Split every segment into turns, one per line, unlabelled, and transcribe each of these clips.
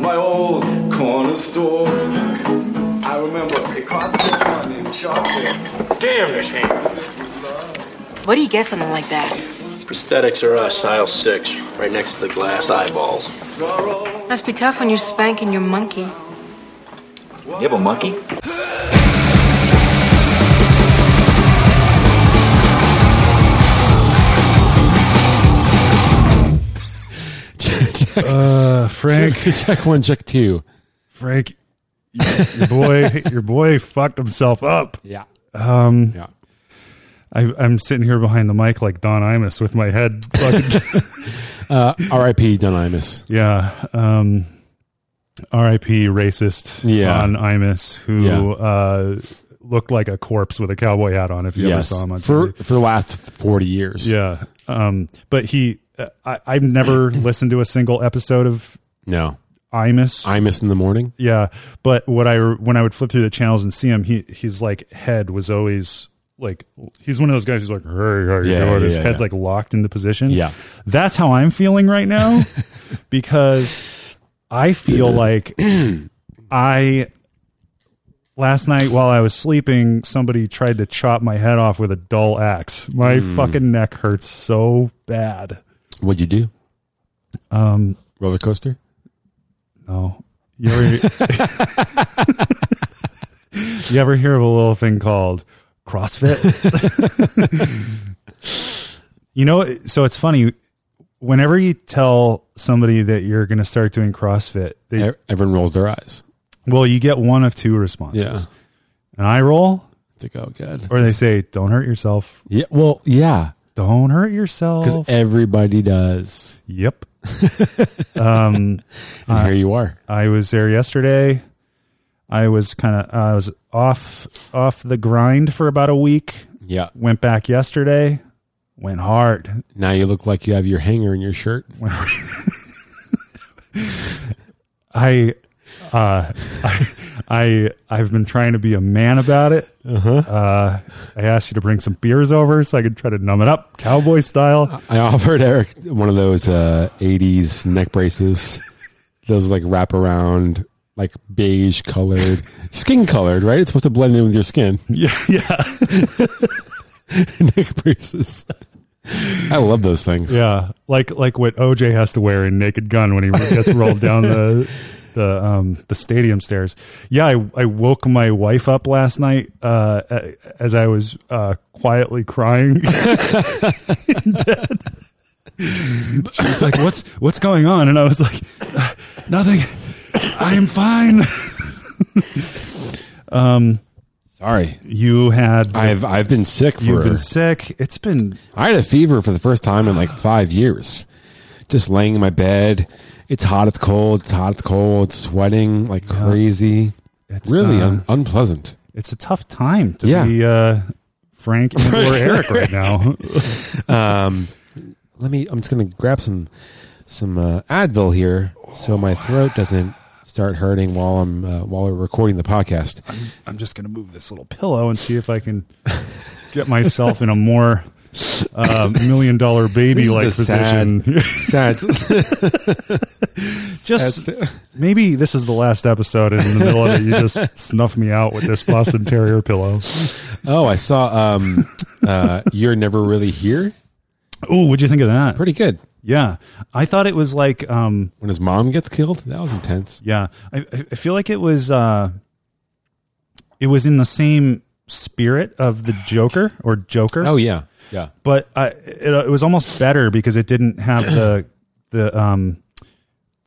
my old corner store. I remember it cost me money in chocolate.
Damn this hand.
This was love.
What do you get something like that?
Prosthetics are us, aisle six, right next to the glass eyeballs.
Sorrow.
Must be tough when you're spanking your monkey.
You have a monkey?
check,
Uh, Frank,
check one, check two.
Frank, your, your boy, your boy fucked himself up.
Yeah. Um, yeah.
I, I'm sitting here behind the mic like Don Imus with my head. fucking-
R.I.P. Don Imus.
yeah. Um, R.I.P. Racist
Yeah.
Don Imus, who
Yeah.
uh, looked like a corpse with a cowboy hat on. If you ever
Yes.
saw him on
For,
TV.
for the last 40 years.
Yeah. Um, but he, uh, I, I've never listened to a single episode of
No.
Imus.
Imus in the morning.
yeah. But what I, when I would flip through the channels and see him, he, his like head was always like, he's one of those guys who's like, hey, how you
Yeah,
doing?" His
yeah,
head's
yeah.
like locked into position.
Yeah.
That's how I'm feeling right now because I feel like I, last night while I was sleeping, somebody tried to chop my head off with a dull axe. My
Hmm.
fucking neck hurts so bad.
What'd you do? Um,
Um,
Roller coaster?
No. You ever, you ever hear of a little thing called CrossFit? you know, so it's funny. Whenever you tell somebody that you're going to start doing CrossFit, they,
E- Everyone rolls their eyes.
well, you get one of two responses
Yeah.
an eye roll,
It's like, oh, God.
or they say, don't hurt yourself.
yeah. Well, yeah.
Don't hurt
Because
yourself.
everybody does.
yep. Uh,
And here you are.
I was there yesterday. I was kind of I was off off the grind for about a week.
Yeah.
Went back yesterday. Went hard.
Now you look like you have your hanger in your shirt.
I uh I, I I've been trying to be a man about it. Uh-huh. I asked you to bring some beers over so I could try to numb it up cowboy style.
I offered Eric one of those uh, 80s neck braces. Those like wrap around, like beige colored, skin colored, right? It's supposed to blend in with your skin.
Yeah, yeah.
neck braces. I love those things.
Yeah. Like like what OJ has to wear in Naked Gun when he gets rolled down the the um the stadium stairs. Yeah, I, I woke my wife up last night uh a- as I was uh quietly crying. in bed. She was like, "What's what's going on?" And I was like, "Uh, "Nothing. I am fine."
Sorry.
You had
I've I've been sick for
you've been sick. It's been
I had a fever for the first time in like five years. Just laying in my bed. It's hot, it's cold, it's hot, it's cold, sweating like crazy.
it's
Really
uh,
un- unpleasant.
it's a tough time to
Yeah.
be uh Frank and or Eric right now.
Um, let me. I'm just gonna grab some some uh, Advil here, so my throat doesn't start hurting while I'm uh, while we're recording the podcast.
I'm just going to move this little pillow and see if I can get myself in a more uh, million dollar baby like
This is a
position.
Sad,
just maybe this is the last episode, and in the middle of it, you just snuff me out with this Boston Terrier pillow.
oh, I saw. Um, uh, You're never really here.
Oh, what'd you think of that?
Pretty good.
Yeah, I thought it was like, um,
When his mom gets killed, that was intense.
yeah, I, I I feel like it was, uh, it was in the same spirit of the Joker or Joker.
Oh yeah, yeah.
but I, it, it was almost better because it didn't have the the um,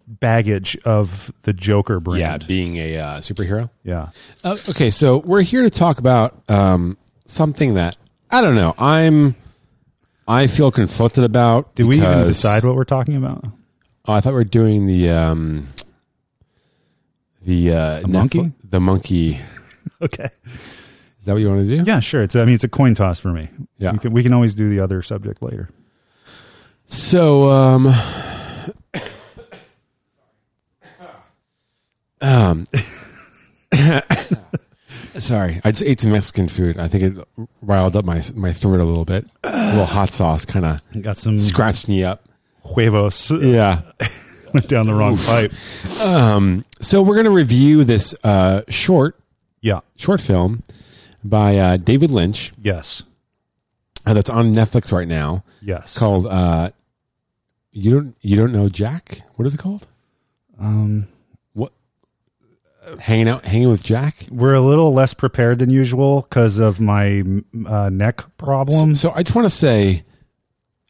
baggage of the Joker brand.
Yeah, being a uh, superhero.
Yeah.
Uh, okay, so we're here to talk about um, something that I don't know. I'm I feel conflicted about.
Did we even
because-
decide what we're talking about?
Oh, I thought we were doing the um, the uh, Netfli-
monkey?
The monkey.
Okay.
Is that what you want to do?
Yeah, sure. It's I mean it's a coin toss for me.
Yeah.
We can, we can always do the other subject later.
So, um, um, sorry, I just ate some Mexican food. I think it riled up my my throat a little bit. A little hot sauce kind of
Got some
scratched me up.
huevos.
Yeah.
Went down the wrong pipe.
Um, So we're going to review this uh, short
Yeah.
short film by uh, David Lynch
Yes.
uh, that's on Netflix right now
Yes.
called uh, you don't you don't know Jack. What is it called? Um, what hanging out hanging with Jack.
We're a little less prepared than usual because of my mm, uh, neck problem.
Um, So I just want to say,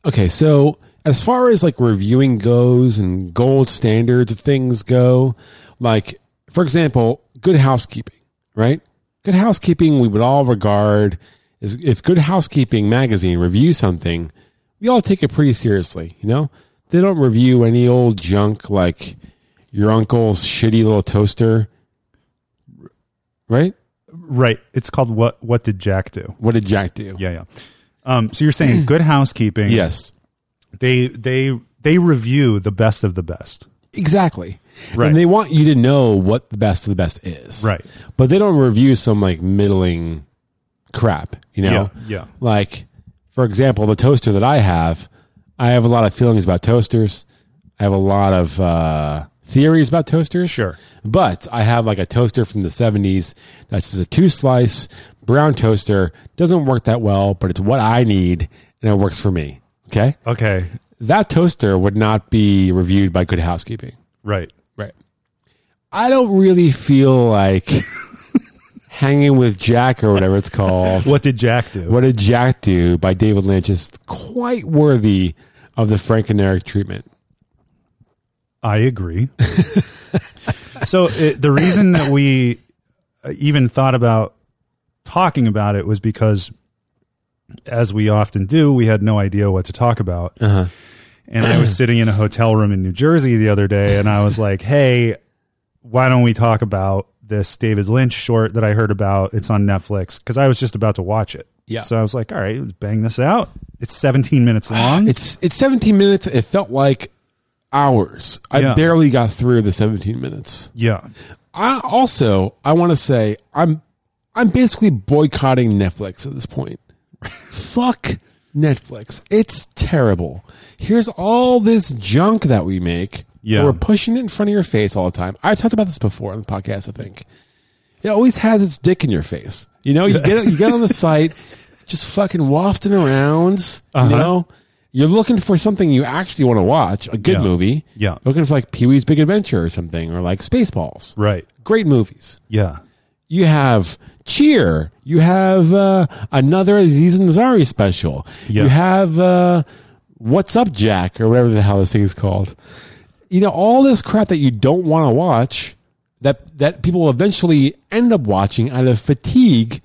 okay, so as far as like reviewing goes and gold standards of things go, like for example, good housekeeping, right? Good housekeeping we would all regard is if Good Housekeeping magazine reviews something, we all take it pretty seriously, you know? They don't review any old junk like your uncle's shitty little toaster. Right?
Right. It's called what? What did Jack do?
What did Jack do?
Yeah, yeah. Um, so you're saying good housekeeping?
Yes.
They they they review the best of the best.
Exactly.
Right.
And they want you to know what the best of the best is.
Right.
But they don't review some like middling crap, you know?
Yeah, yeah.
Like, for example, the toaster that I have, I have a lot of feelings about toasters. I have a lot of uh, theories about toasters.
Sure.
But I have like a toaster from the 70s that's just a two slice brown toaster. Doesn't work that well, but it's what I need and it works for me. Okay.
Okay.
That toaster would not be reviewed by Good Housekeeping.
Right.
Right. I don't really feel like hanging with Jack or whatever it's called.
What did Jack do?
What did Jack do by David Lynch is quite worthy of the Frank and Eric treatment.
I agree. so it, the reason that we uh, even thought about talking about it was because, as we often do, we had no idea what to talk about.
Uh-huh.
And I was sitting in a hotel room in New Jersey the other day, and I was like, "Hey, why don't we talk about this David Lynch short that I heard about? It's on Netflix." Because I was just about to watch it.
Yeah.
So I was like, "All right, let's bang this out." It's 17 minutes long.
It's it's 17 minutes. It felt like hours. I
Yeah.
barely got through the 17 minutes.
yeah.
I also I want to say I'm I'm basically boycotting Netflix at this point. Fuck Netflix. It's terrible. Here's all this junk that we make.
Yeah.
And We're pushing it in front of your face all the time. I talked about this before on the podcast, I think. It always has its dick in your face. You know, you get you get on the site, just fucking wafting around.
Uh-huh.
You know, you're looking for something you actually want to watch, a good
Yeah.
movie.
Yeah.
looking for like Pee Wee's Big Adventure or something, or like Spaceballs.
Right.
Great movies.
Yeah.
You have Cheer. You have uh, another Aziz Ansari special.
Yeah.
You have uh, What's Up, Jack, or whatever the hell this thing is called. You know, all this crap that you don't want to watch that that people will eventually end up watching out of fatigue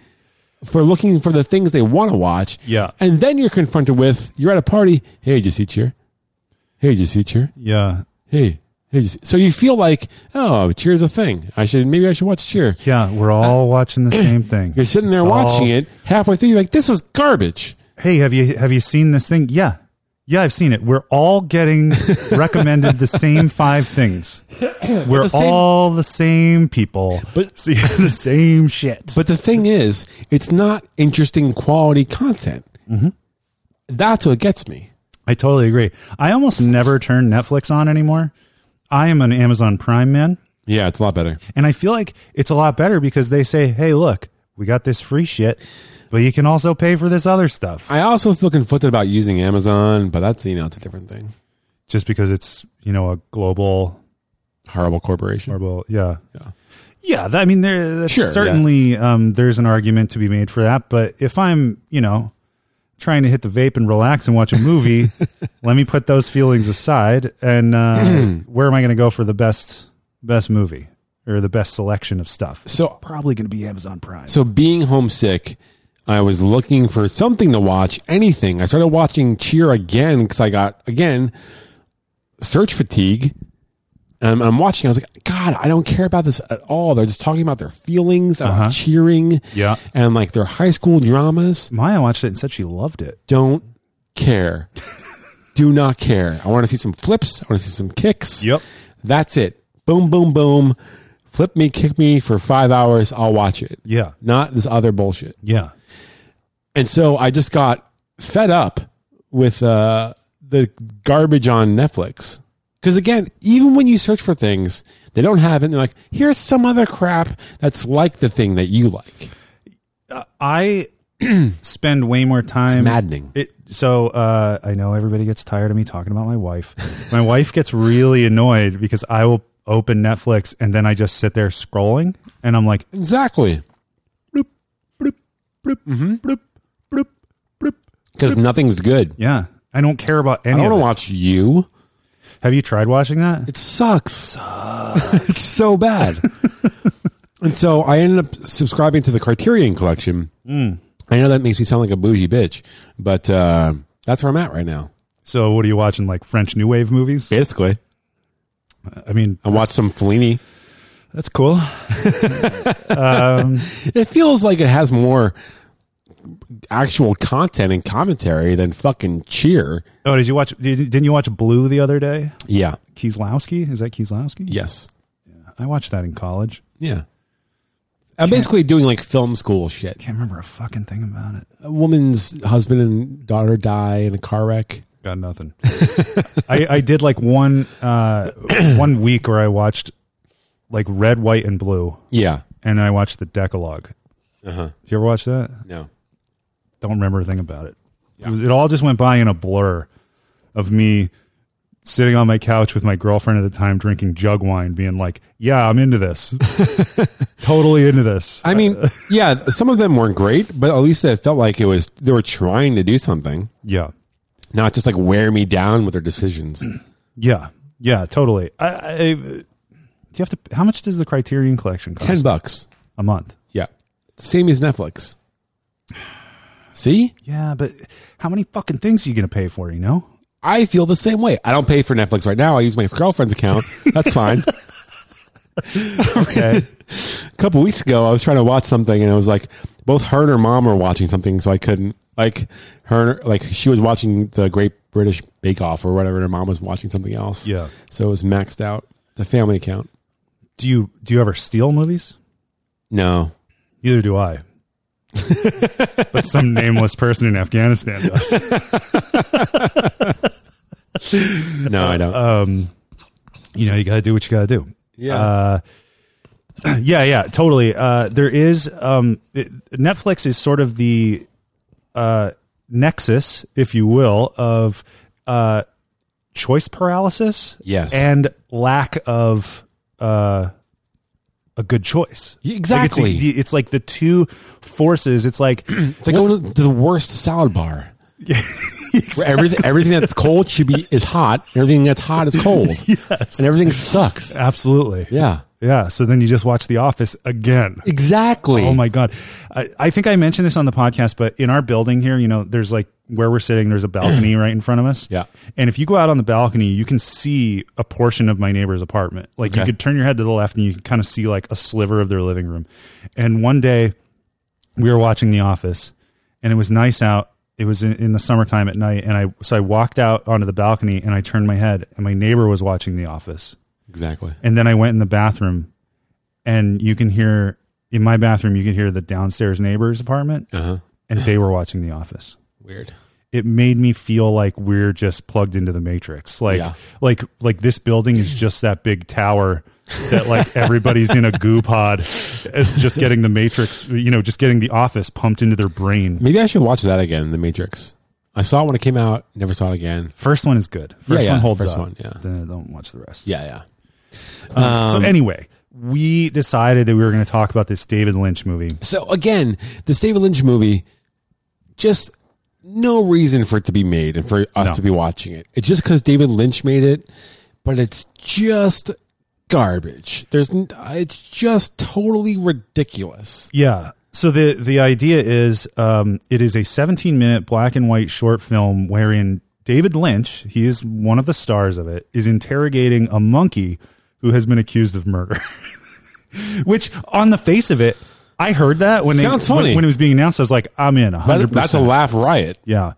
for looking for the things they want to watch.
Yeah.
And then you're confronted with you're at a party. Hey, did you see Cheer? Hey, did you see Cheer?
Yeah.
Hey, hey. did you see-" So you feel like, oh, Cheer's a thing. I should maybe I should watch Cheer.
Yeah, we're all watching the same thing.
Uh, You're sitting there
It's all-
watching it halfway through. You're like, this is garbage.
Hey, have you have you seen this thing? Yeah, yeah, I've seen it. We're all getting recommended the same five things. We're
the same-
all the same people,
But-
see the same shit.
But the thing is, it's not interesting quality content. That's what gets me.
I totally agree. I almost never turn Netflix on anymore. I am an Amazon Prime man.
Yeah, it's a lot better.
And I feel like it's a lot better because they say, hey, look, we got this free shit, but you can also pay for this other stuff
I also feel conflicted about using Amazon, but that's you know it's a different thing.
just because it's, you know, a global
Horrible corporation.
Marble, yeah,
Yeah.
yeah. That, I mean, there that's
Sure, yeah.
certainly um, there's an argument to be made for that. But if I'm, you know, trying to hit the vape and relax and watch a movie, let me put those feelings aside. And uh, where am I going to go for the best best movie or the best selection of stuff? It's
So-
probably going to be Amazon Prime.
So being homesick, I was looking for something to watch. Anything. I started watching Cheer again because I got again search fatigue. Um, I'm watching. I was like, God, I don't care about this at all. They're just talking about their feelings, about cheering,
Uh-huh. Yeah.
and like their high school dramas.
Maya watched it and said she loved it.
Don't care. Do not care. I want to see some flips. I want to see some kicks.
Yep.
That's it. Boom, boom, boom. Flip me, kick me for five hours. I'll watch it.
Yeah,
Not this other bullshit.
yeah,
And so I just got fed up with uh, the garbage on Netflix Because again, even when you search for things, they don't have it. And they're like, here's some other crap that's like the thing that you like.
Uh, I spend way more time.
maddening.
It, so uh, I know everybody gets tired of me talking about my wife. my wife gets really annoyed because I will open Netflix and then I just sit there scrolling, and I'm like,
Exactly.
bloop, bloop, bloop,
Mm-hmm.
bloop, bloop, bloop.
Because nothing's good.
yeah, I don't care about
I
any.
don't
of
want
it.
to watch you.
Have you tried watching that?
It sucks. it's so bad. and so I ended up subscribing to the Criterion Collection. I know that makes me sound like a bougie bitch, but uh, that's where I'm at right now.
So what are you watching? Like French New Wave movies?
Basically,
I mean,
I watched some Fellini.
that's cool.
It feels like it has more actual content and commentary than fucking cheer.
Oh, did you watch? Did, didn't you watch Blue the other day?
Yeah.
Kieslowski is that Kieslowski?
Yes.
I watched that in college.
Yeah. I'm basically doing like film school shit.
Can't remember a fucking thing about it.
A woman's husband and daughter die in a car wreck.
Got nothing. I, I did like one uh, one week where I watched like Red, White, and Blue,
Yeah.
and then I watched the Decalogue.
Uh-huh.
Did you ever watch that?
No.
Don't remember a thing about it. It, was, it all just went by in a blur of me sitting on my couch with my girlfriend at the time drinking jug wine, being like, "Yeah, I'm into this. totally into this."
I mean, yeah, some of them weren't great, but at least it felt like it was they were trying to do something,
yeah.
not just like wear me down with their decisions.
Yeah, yeah, totally. I, I do you have to. How much does the Criterion Collection cost?
Ten bucks,
a month.
yeah, same as Netflix. See,
Yeah, but how many fucking things are you gonna pay for? You know,
I feel the same way. I don't pay for Netflix right now. I use my girlfriend's account. That's fine. A couple weeks ago, I was trying to watch something, and it was like both her and her mom were watching something, so I couldn't. Like her, like she was watching the Great British Bake Off or whatever. and Her mom was watching something else.
Yeah.
so it was maxed out. The family account.
do you do you ever steal movies?
No,
Neither do I. but some nameless person in Afghanistan does.
no, I don't.
Uh, You know, you gotta do what you gotta do.
yeah,
uh, Yeah, yeah, totally. Uh, there is um, it, Netflix is sort of the uh, nexus, if you will, of uh, choice paralysis,
Yes.
and lack of uh, a good choice.
Yeah,
Like, it's the-
exactly.
the- it's like the two forces. It's like
it's like going to the worst salad bar. Where everything, everything that's cold should be is hot. and Everything that's hot is cold,
yes,
and everything sucks.
absolutely.
Yeah,
yeah. So then you just watch The Office again.
exactly.
Oh my god! I, I think I mentioned this on the podcast, but in our building here, you know, there's like where we're sitting. There's a balcony right in front of us.
Yeah.
And if you go out on the balcony, you can see a portion of my neighbor's apartment. Like you
Okay.
could turn your head to the left, and you can kind of see like a sliver of their living room. And one day, we were watching The Office, and it was nice out. It was in, in the summertime at night, and I so I walked out onto the balcony, and I turned my head, and my neighbor was watching The Office.
Exactly.
And then I went in the bathroom, and you can hear in my bathroom, you can hear the downstairs neighbor's apartment,
Uh-huh.
and they were watching The Office.
Weird.
It made me feel like we're just plugged into the matrix, like
Yeah.
like like this building is just that big tower that like everybody's in a goo pod, uh, just getting the matrix, you know, just getting The Office pumped into their brain.
Maybe I should watch that again, The Matrix. I saw it when it came out, never saw it again.
First one is good. First
yeah,
one holds
first
up.
one, yeah.
Then don't watch the rest.
Yeah, Um, yeah.
so anyway, we decided that we were going to talk about this David Lynch movie.
So again, this David Lynch movie, just no reason for it to be made and for us
No.
to be watching it. It's just because David Lynch made it, but it's just garbage. There's, n- it's just totally ridiculous.
Yeah. So the the idea is um, it is a 17 minute black and white short film wherein David Lynch, he is one of the stars of it, is interrogating a monkey who has been accused of murder. Which, on the face of it, I heard that when they-
Sounds
when-
funny.
when it was being announced, I was like, I'm in 100.
That- that's a laugh riot.
Yeah.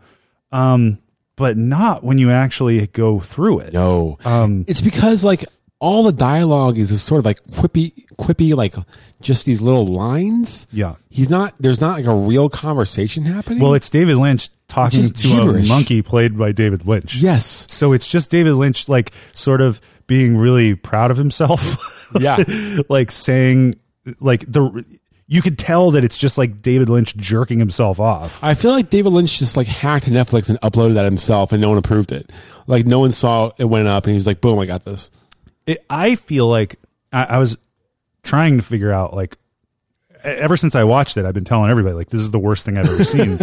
Um, but not when you actually go through it.
No,
Um,
it's because like all the dialogue is this sort of like quippy, quippy, like just these little lines.
Yeah.
he's not. There's not like a real conversation happening.
Well, it's David Lynch talking
just
to
gibberish.
a monkey played by David Lynch.
Yes.
So it's just David Lynch, like, sort of being really proud of himself.
Yeah.
like saying, like, the. You could tell that it's just like David Lynch jerking himself off.
I feel like David Lynch just like hacked Netflix and uploaded that himself, and no one approved it. Like no one saw it went up, and he was like, "Boom, I got this."
it, I feel like I, I was trying to figure out like e- ever since I watched it, I've been telling everybody like this is the worst thing I've ever seen.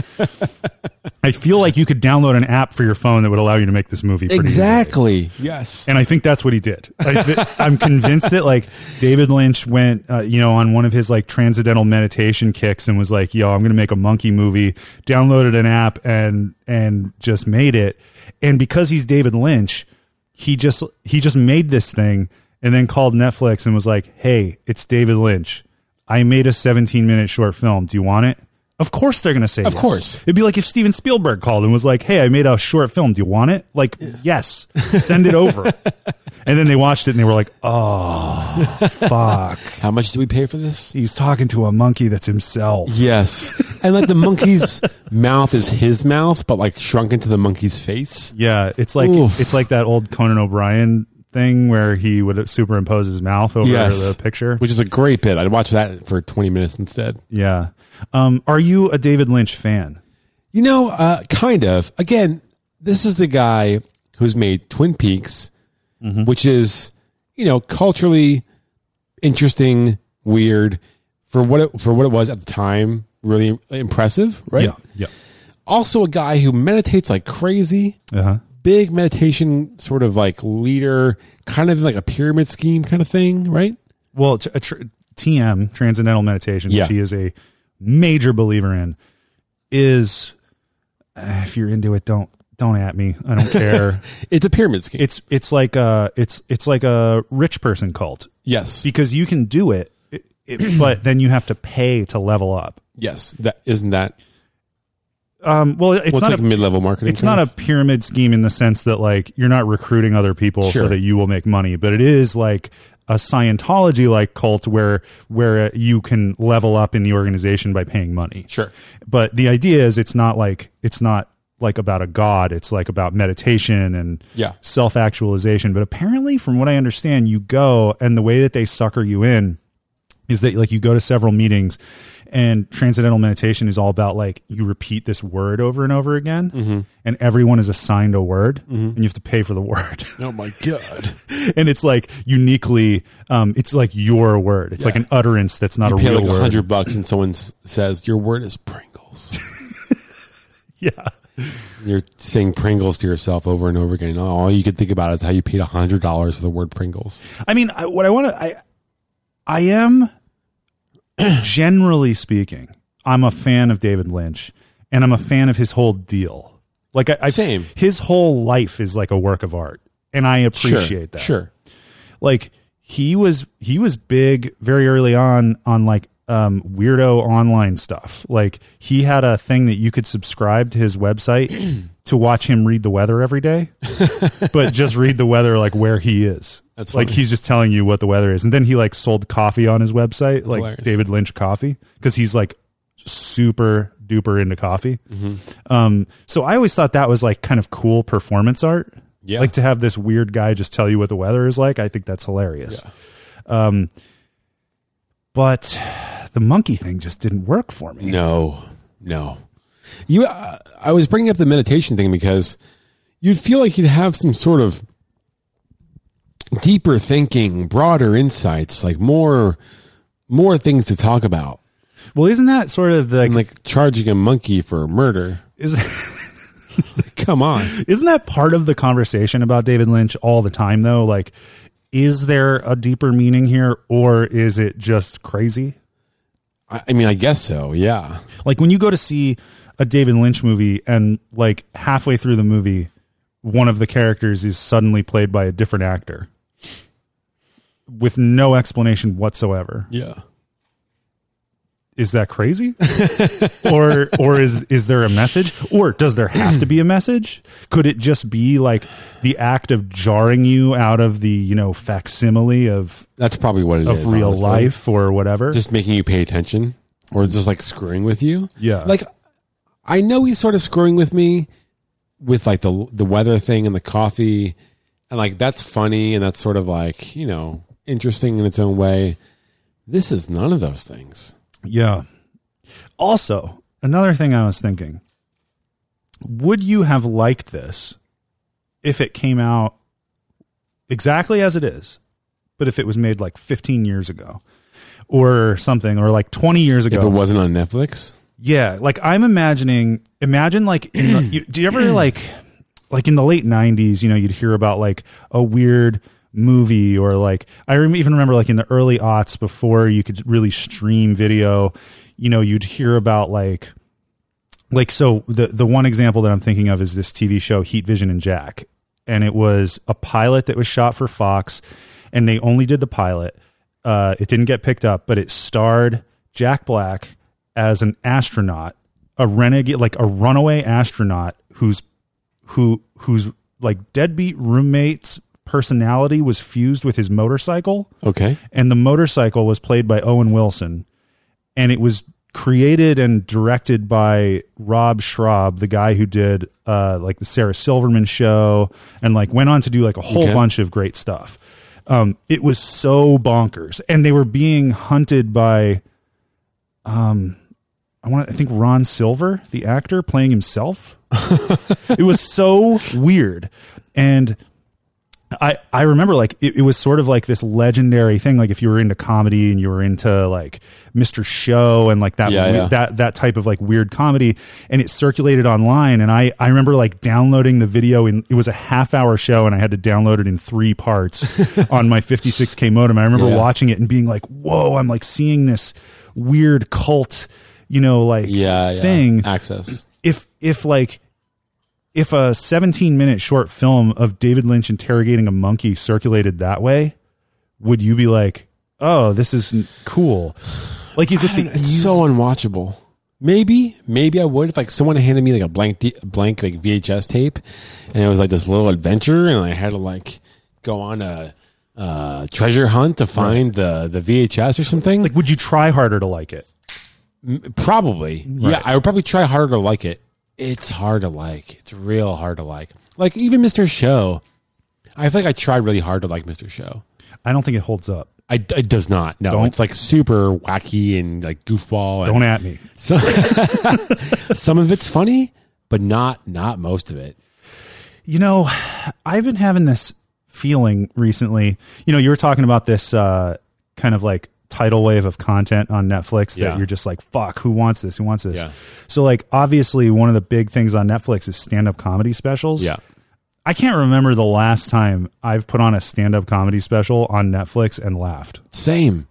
I feel like you could download an app for your phone that would allow you to make this movie pretty easily.
Yes.
And I think that's what he did. I th- I'm convinced that like David Lynch went, uh, you know, on one of his like transcendental meditation kicks and was like, "Yo, I'm going to make a monkey movie." Downloaded an app and and just made it. And because he's David Lynch, he just he just made this thing and then called Netflix and was like, "Hey, it's David Lynch. I made a 17 minute short film. Do you want it?" Of course they're going to say
Of
yes.
course.
It'd be like if Steven Spielberg called and was like, "Hey, I made a short film. Do you want it?" Like, "Yes. Send it over." and then they watched it and they were like, "Oh, fuck.
How much did we pay for this?
He's talking to a monkey that's himself."
Yes. and like the monkey's mouth is his mouth, but like shrunk into the monkey's face.
Yeah, it's like
Oof.
it's like that old Conan O'Brien thing where he would superimpose his mouth over the picture.
which is a great bit. I'd watch that for twenty minutes instead.
Yeah. Um, are you a David Lynch fan?
You know, uh, kind of. Again, this is the guy who's made Twin Peaks,
Mm-hmm.
which is, you know, culturally interesting, weird for what it, for what it was at the time. Really impressive, right?
Yeah.
Also, a guy who meditates like crazy.
Yeah. Uh-huh.
Big meditation, sort of like leader, kind of like a pyramid scheme kind of thing, right?
Well, t- a tr- TM, Transcendental Meditation,
Yeah.
which he is a major believer in, is uh, if you're into it, don't don't at me. I don't care.
It's a pyramid scheme.
it's it's like a it's it's like a rich person cult
yes,
because you can do it, it, it but then you have to pay to level up.
yes. That isn't that.
Um, well, it's
Well, it's,
not
like
a,
mid-level marketing.
it's not
kind
a
of.
pyramid scheme in the sense that like you're not recruiting other people so
Sure.
that you will make money, but it is like a Scientology like cult where where you can level up in the organization by paying money.
Sure.
But the idea is it's not like it's not like about a god, it's like about meditation and
Yeah.
self actualization. But apparently from what I understand, you go and the way that they sucker you in is that like you go to several meetings and transcendental meditation is all about like you repeat this word over and over again
Mm-hmm.
and everyone is assigned a word and you have to pay for the word
Oh my god.
and it's like uniquely um, it's like your word it's like an utterance that's not a
pay
real
like a
word
hundred bucks and someone s- says your word is Pringles.
yeah
You're saying Pringles to yourself over and over again. All you could think about is how you paid a hundred dollars for the word Pringles.
i mean I, what i want to i i am generally speaking i'm a fan of david lynch and i'm a fan of his whole deal like i, I
Same.
his whole life is like a work of art and i appreciate
sure,
that
Sure.
like he was he was big very early on on like um weirdo online stuff like he had a thing that you could subscribe to his website to watch him read the weather every day but just read the weather like where he is
That's
like
funny.
he's just telling you what the weather is and then he like sold coffee on his website like
hilarious.
david lynch coffee because he's like super duper into coffee um so i always thought that was like kind of cool performance art
Yeah.
like to have this weird guy just tell you what the weather is like, I think that's hilarious. Um, but the monkey thing just didn't work for me.
No. No. You. Uh, I was bringing up the meditation thing because you'd feel like you'd have some sort of deeper thinking, broader insights, like more more things to talk about.
Well, isn't that sort of the
And like charging a monkey for murder.
is,
Come on.
isn't that part of the conversation about David Lynch all the time though? Like, is there a deeper meaning here, or is it just crazy?
I, I mean, I guess so. Yeah.
Like when you go to see a David Lynch movie and like halfway through the movie, one of the characters is suddenly played by a different actor with no explanation whatsoever.
Yeah.
Is that crazy? or or is is there a message? Or does there have to be a message? Could it just be like the act of jarring you out of the, you know, facsimile of
That's probably what it is.
of real
honestly.
life or whatever?
Just making you pay attention or just like screwing with you.
Yeah.
Like I know he's sort of screwing with me with like the the weather thing and the coffee, and like that's funny and that's sort of like you know interesting in its own way. This is none of those things.
Yeah. Also, another thing I was thinking would you have liked this if it came out exactly as it is, but if it was made like 15 years ago or something, or like 20 years ago?
If it wasn't on Netflix,
Yeah, like I'm imagining. Imagine like, in the, you, do you ever like, like in the late '90s? You know, you'd hear about like a weird movie or like I rem- even remember like in the early aughts before you could really stream video. You know, you'd hear about like, like so the the one example that I'm thinking of is this TV show Heat Vision and Jack, and it was a pilot that was shot for Fox, and they only did the pilot. Uh, it didn't get picked up, but it starred Jack Black as an astronaut, a renegade, like a runaway astronaut who's who whose like deadbeat roommate's personality was fused with his motorcycle
okay,
and the motorcycle was played by Owen Wilson, and it was created and directed by Rob Schraub, the guy who did uh, like the Sarah Silverman show, and like went on to do like a whole
Okay.
bunch of great stuff. Um, it was so bonkers, and they were being hunted by, um, I want I think Ron Silver, the actor playing himself. it was so weird, and. I, I remember like it, it was sort of like this legendary thing like if you were into comedy and you were into like Mr. Show and like that
Yeah,
we-
yeah.
that that type of like weird comedy and it circulated online and I I remember like downloading the video in it was a half hour show and I had to download it in three parts on my 56k modem I remember
Yeah.
watching it and being like whoa I'm like seeing this weird cult you know like
yeah, yeah.
thing
access.
if if like if a 17 minute short film of David Lynch interrogating a monkey circulated that way, would you be like, "Oh, this is cool"? Like, is it the
It's
ease-
so unwatchable. Maybe, maybe I would if like someone handed me like a blank, D- blank like VHS tape, and it was like this little adventure, and I had to like go on a uh, treasure hunt to find the the VHS or something.
like? Would you try harder to like it?
Probably. Yeah, I would probably try harder to like it. It's hard to like. It's real hard to like. Like even Mr. Show, I feel like I tried really hard to like Mr. Show.
I don't think it holds up.
I, it does not. No,
Don't-
it's like super wacky and like goofball. And
Don't at me.
so, some of it's funny, but not not most of it.
You know, I've been having this feeling recently. You know, you were talking about this uh, kind of like tidal wave of content on Netflix that
Yeah.
you're just like, fuck, who wants this? Who wants this?
Yeah.
So, like, obviously, one of the big things on Netflix is stand up comedy specials.
Yeah.
I can't remember the last time I've put on a stand up comedy special on Netflix and laughed.
Same.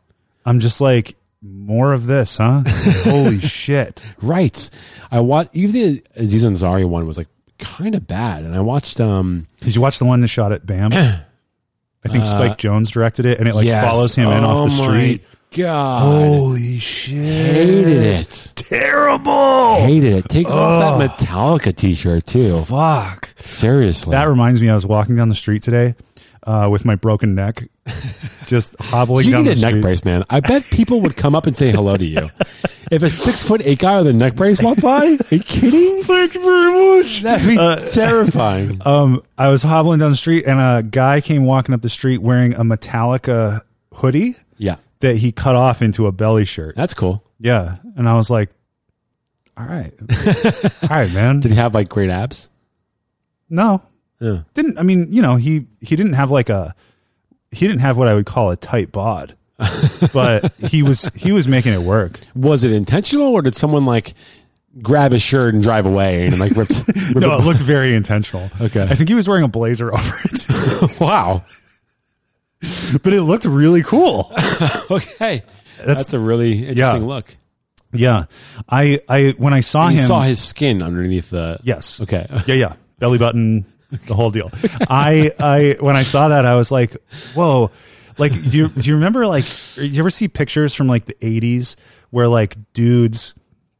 I'm just like, more of this, huh? Holy shit.
Right. I watched even the Aziz Ansari one was like kind of bad, and I watched um
Did you watch the one that shot at Bam? I think Spike Jones directed it and it like
Uh, yes.
follows him in off
Oh
the
my
street.
God.
Holy shit.
hated it.
Terrible.
Hated it. Take off that Metallica t-shirt too.
Fuck.
Seriously.
That reminds me, I was walking down the street today uh, with my broken neck, just hobbling
you
down
need
the
a neck
street.
brace, man. I bet people would come up and say hello to you. If a six foot eight guy with a neck brace walked by, are you kidding?
Thank you very much.
That'd be terrifying.
Um, I was hobbling down the street and a guy came walking up the street wearing a Metallica hoodie
yeah,
that he cut off into a belly shirt.
that's cool.
Yeah. And I was like, all right. all right, man.
Did he have like great abs?
No,
Yeah.
didn't I mean, you know, he he didn't have like a he didn't have what I would call a tight bod. but he was he was making it work.
Was it intentional or did someone like grab his shirt and drive away and like rip? rip
No,
it-
it looked very intentional.
Okay.
I think he was wearing a blazer over it.
wow.
but it looked really cool.
Okay. That's, a really interesting look.
Yeah. I I when I saw
You
him
saw his skin underneath the.
Yes.
Okay.
yeah, yeah, belly button, the whole deal. I, I, when I saw that, I was like, whoa. Like, do you, do you remember, like, do you ever see pictures from like the 80s where like dudes,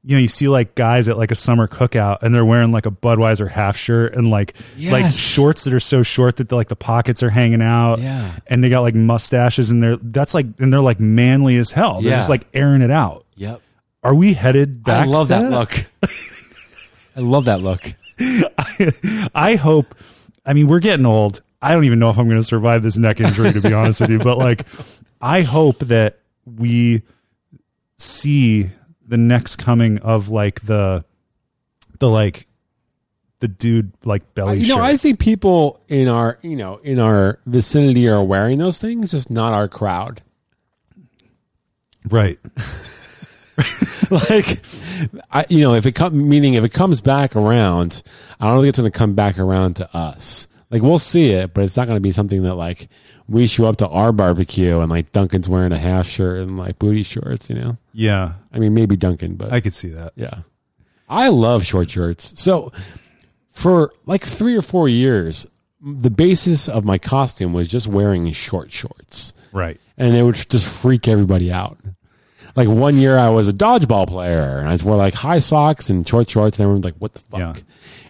you know, you see like guys at like a summer cookout and they're wearing like a Budweiser half shirt and like, like
Yes.
shorts that are so short that the, like the pockets are hanging out.
Yeah.
Mm. And they got like mustaches and they're, that's like, and they're like manly as hell. They're
Yeah.
just like airing it out.
Yep.
Are we headed back?
I love
to
that look. I love that look.
I hope. I mean, we're getting old. I don't even know if I'm going to survive this neck injury, to be honest with you. But like, I hope that we see the next coming of like the, the like, the dude like belly.
you
shirt.
know, I think people in our you know in our vicinity are wearing those things, just not our crowd.
right.
like I, you know if it comes meaning if it comes back around i don't think it's going to come back around to us like we'll see it but it's not going to be something that like we show up to our barbecue and like duncan's wearing a half shirt and like booty shorts you know
Yeah,
i mean maybe duncan but
I could see that.
yeah i love short shirts so for like three or four years the basis of my costume was just wearing short shorts
Right.
and it would just freak everybody out. Like one year, I was a dodgeball player, and I just wore like high socks and short shorts, and everyone was like, "What the fuck?"
Yeah.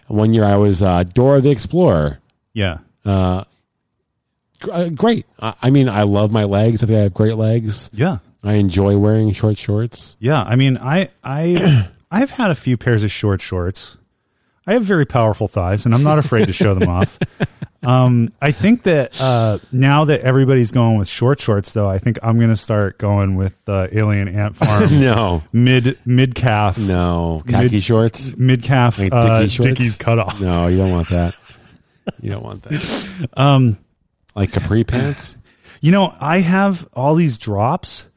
And one year, I was uh, Dora the Explorer. Uh,
Yeah.
Gr- uh, Great. I, I mean, I love my legs. I think I have great legs.
Yeah.
I enjoy wearing short shorts.
Yeah, I mean, I I I've had a few pairs of short shorts. I have very powerful thighs, and I'm not afraid to show them off. Um, I think that uh, now that everybody's going with short shorts, though, I think I'm going to start going with uh, Alien Ant Farm
No,
mid mid calf
no, khaki
Mid-
shorts.
mid calf
Like
uh,
Dickie shorts?
Dickies cut off.
No, you don't want that. You don't want that. Um, like capri pants.
You know, I have all these drops,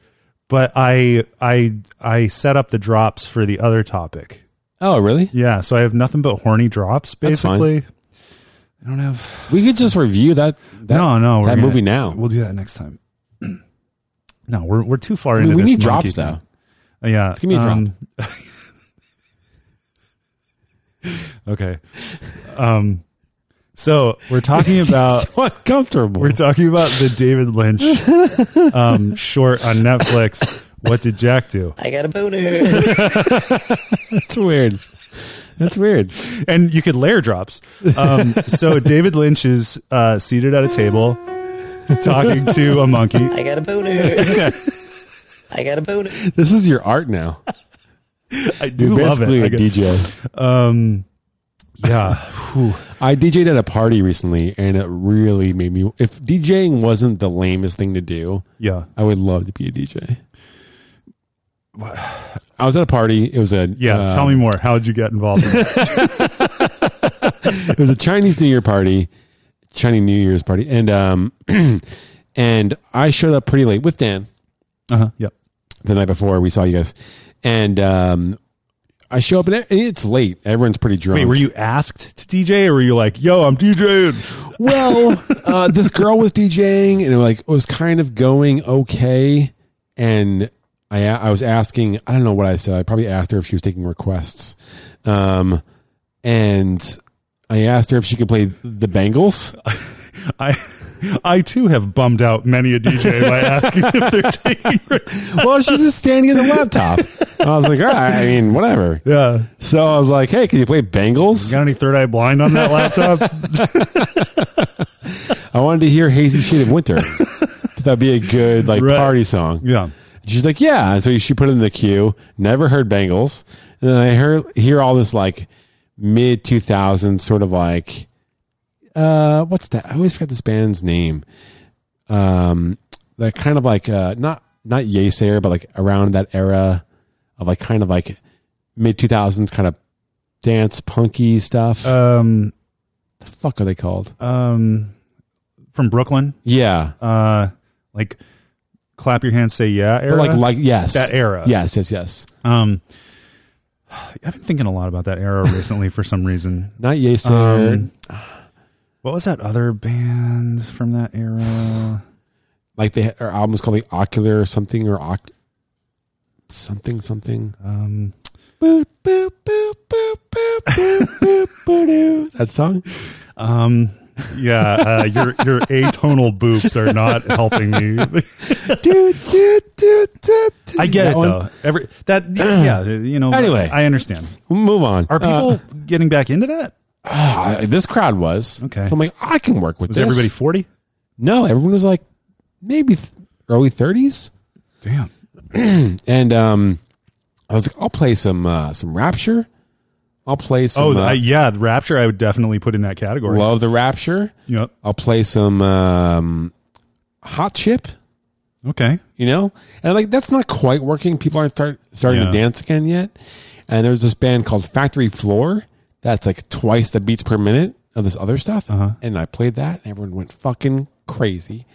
but I I I set up the drops for the other topic.
Oh, really?
Yeah, so I have nothing but horny drops
That's fine.
basically. I don't have
We could just review that. that
no, no, we're
that
gonna-
movie now.
We'll do that next time. no, we're we're too far
I mean,
into
we
this.
need drops
monkey
though.
thing. Uh, yeah,
give me a drop.
drop. okay, um, so we're talking about
so uncomfortable.
we're talking about the David Lynch um, short on Netflix. What did Jack do?
I got a boner.
That's weird. That's weird.
and you could layer drops. Um, so David Lynch is uh, seated at a table talking to a monkey.
I got a boner. I got a boner.
This is your art now.
I do
You're
love
basically
it. I
a
get-
DJ.
Um, yeah. Whew.
I DJ'd at a party recently, and it really made me. If DJing wasn't the lamest thing to do,
Yeah.
I would love to be a DJ. I was at a party. It was a
Yeah.
uh,
Tell me more. How would you get involved in that?
it was a Chinese New Year party, Chinese New Year's party, and um, and I showed up pretty late with Dan.
Uh-huh. Yep.
the night before we saw you guys, and um, I show up and it- and it's late. Everyone's pretty drunk.
Wait, were you asked to DJ or were you like, yo, I'm DJing?
well, uh, this girl was DJing and it like it was kind of going okay, and I I was asking I don't know what I said. I probably asked her if she was taking requests, um, and I asked her if she could play the Bangles.
I, I too have bummed out many a DJ by asking if they're taking.
well, she's just standing at the laptop. I was like, all right, I mean, whatever.
Yeah.
So I was like, hey, can you play Bangles?
Got any third eye blind on that laptop?
I wanted to hear "Hazy Shade of Winter." That'd be a good like
Right.
party song.
yeah.
She's like, "Yeah." And so she put it in the queue. Never heard Bangles, and then I heard hear all this like mid 2000s sort of like uh what's that? I always forget this band's name. Um, that kind of like uh not not Yesayer, but like around that era of like kind of like mid 2000s kind of dance punky stuff.
Um,
the fuck are they called?
um, from Brooklyn,
Yeah.
uh, like clap your hands, say yeah, era.
But like like yes
That era.
yes yes yes
um, I've been thinking a lot about that era recently for some reason.
not Yesayer.
Um, what was that other band from that era?
like they had- their album's called the Ocular or something or Oc- something something.
Um,
Boop, boop, boop, boop, boop, boop, boop, boop. that song.
um, yeah, uh, your your atonal boops are not helping me.
Do, do, do, do, do.
I get
That
it
one.
though. Every that yeah, you know.
Anyway.
I understand.
We'll Move on.
Are people
Uh,
getting back into that?
ah, this crowd was
Okay.
So I'm like, I can work with
Was
this.
everybody forty?
no, everyone was like maybe th- early 30s,
Damn.
and um, I was like, I'll play some uh, some Rapture. I'll play some.
Oh,
uh,
I, yeah, the Rapture. I would definitely put in that category.
love the Rapture.
Yep.
I'll play some um, Hot Chip.
Okay.
you know and like that's not quite working people aren't start, starting to
Yeah.
dance again yet and there's this band called factory floor that's like twice the beats per minute of this other stuff
Uh-huh.
and i played that and everyone went fucking crazy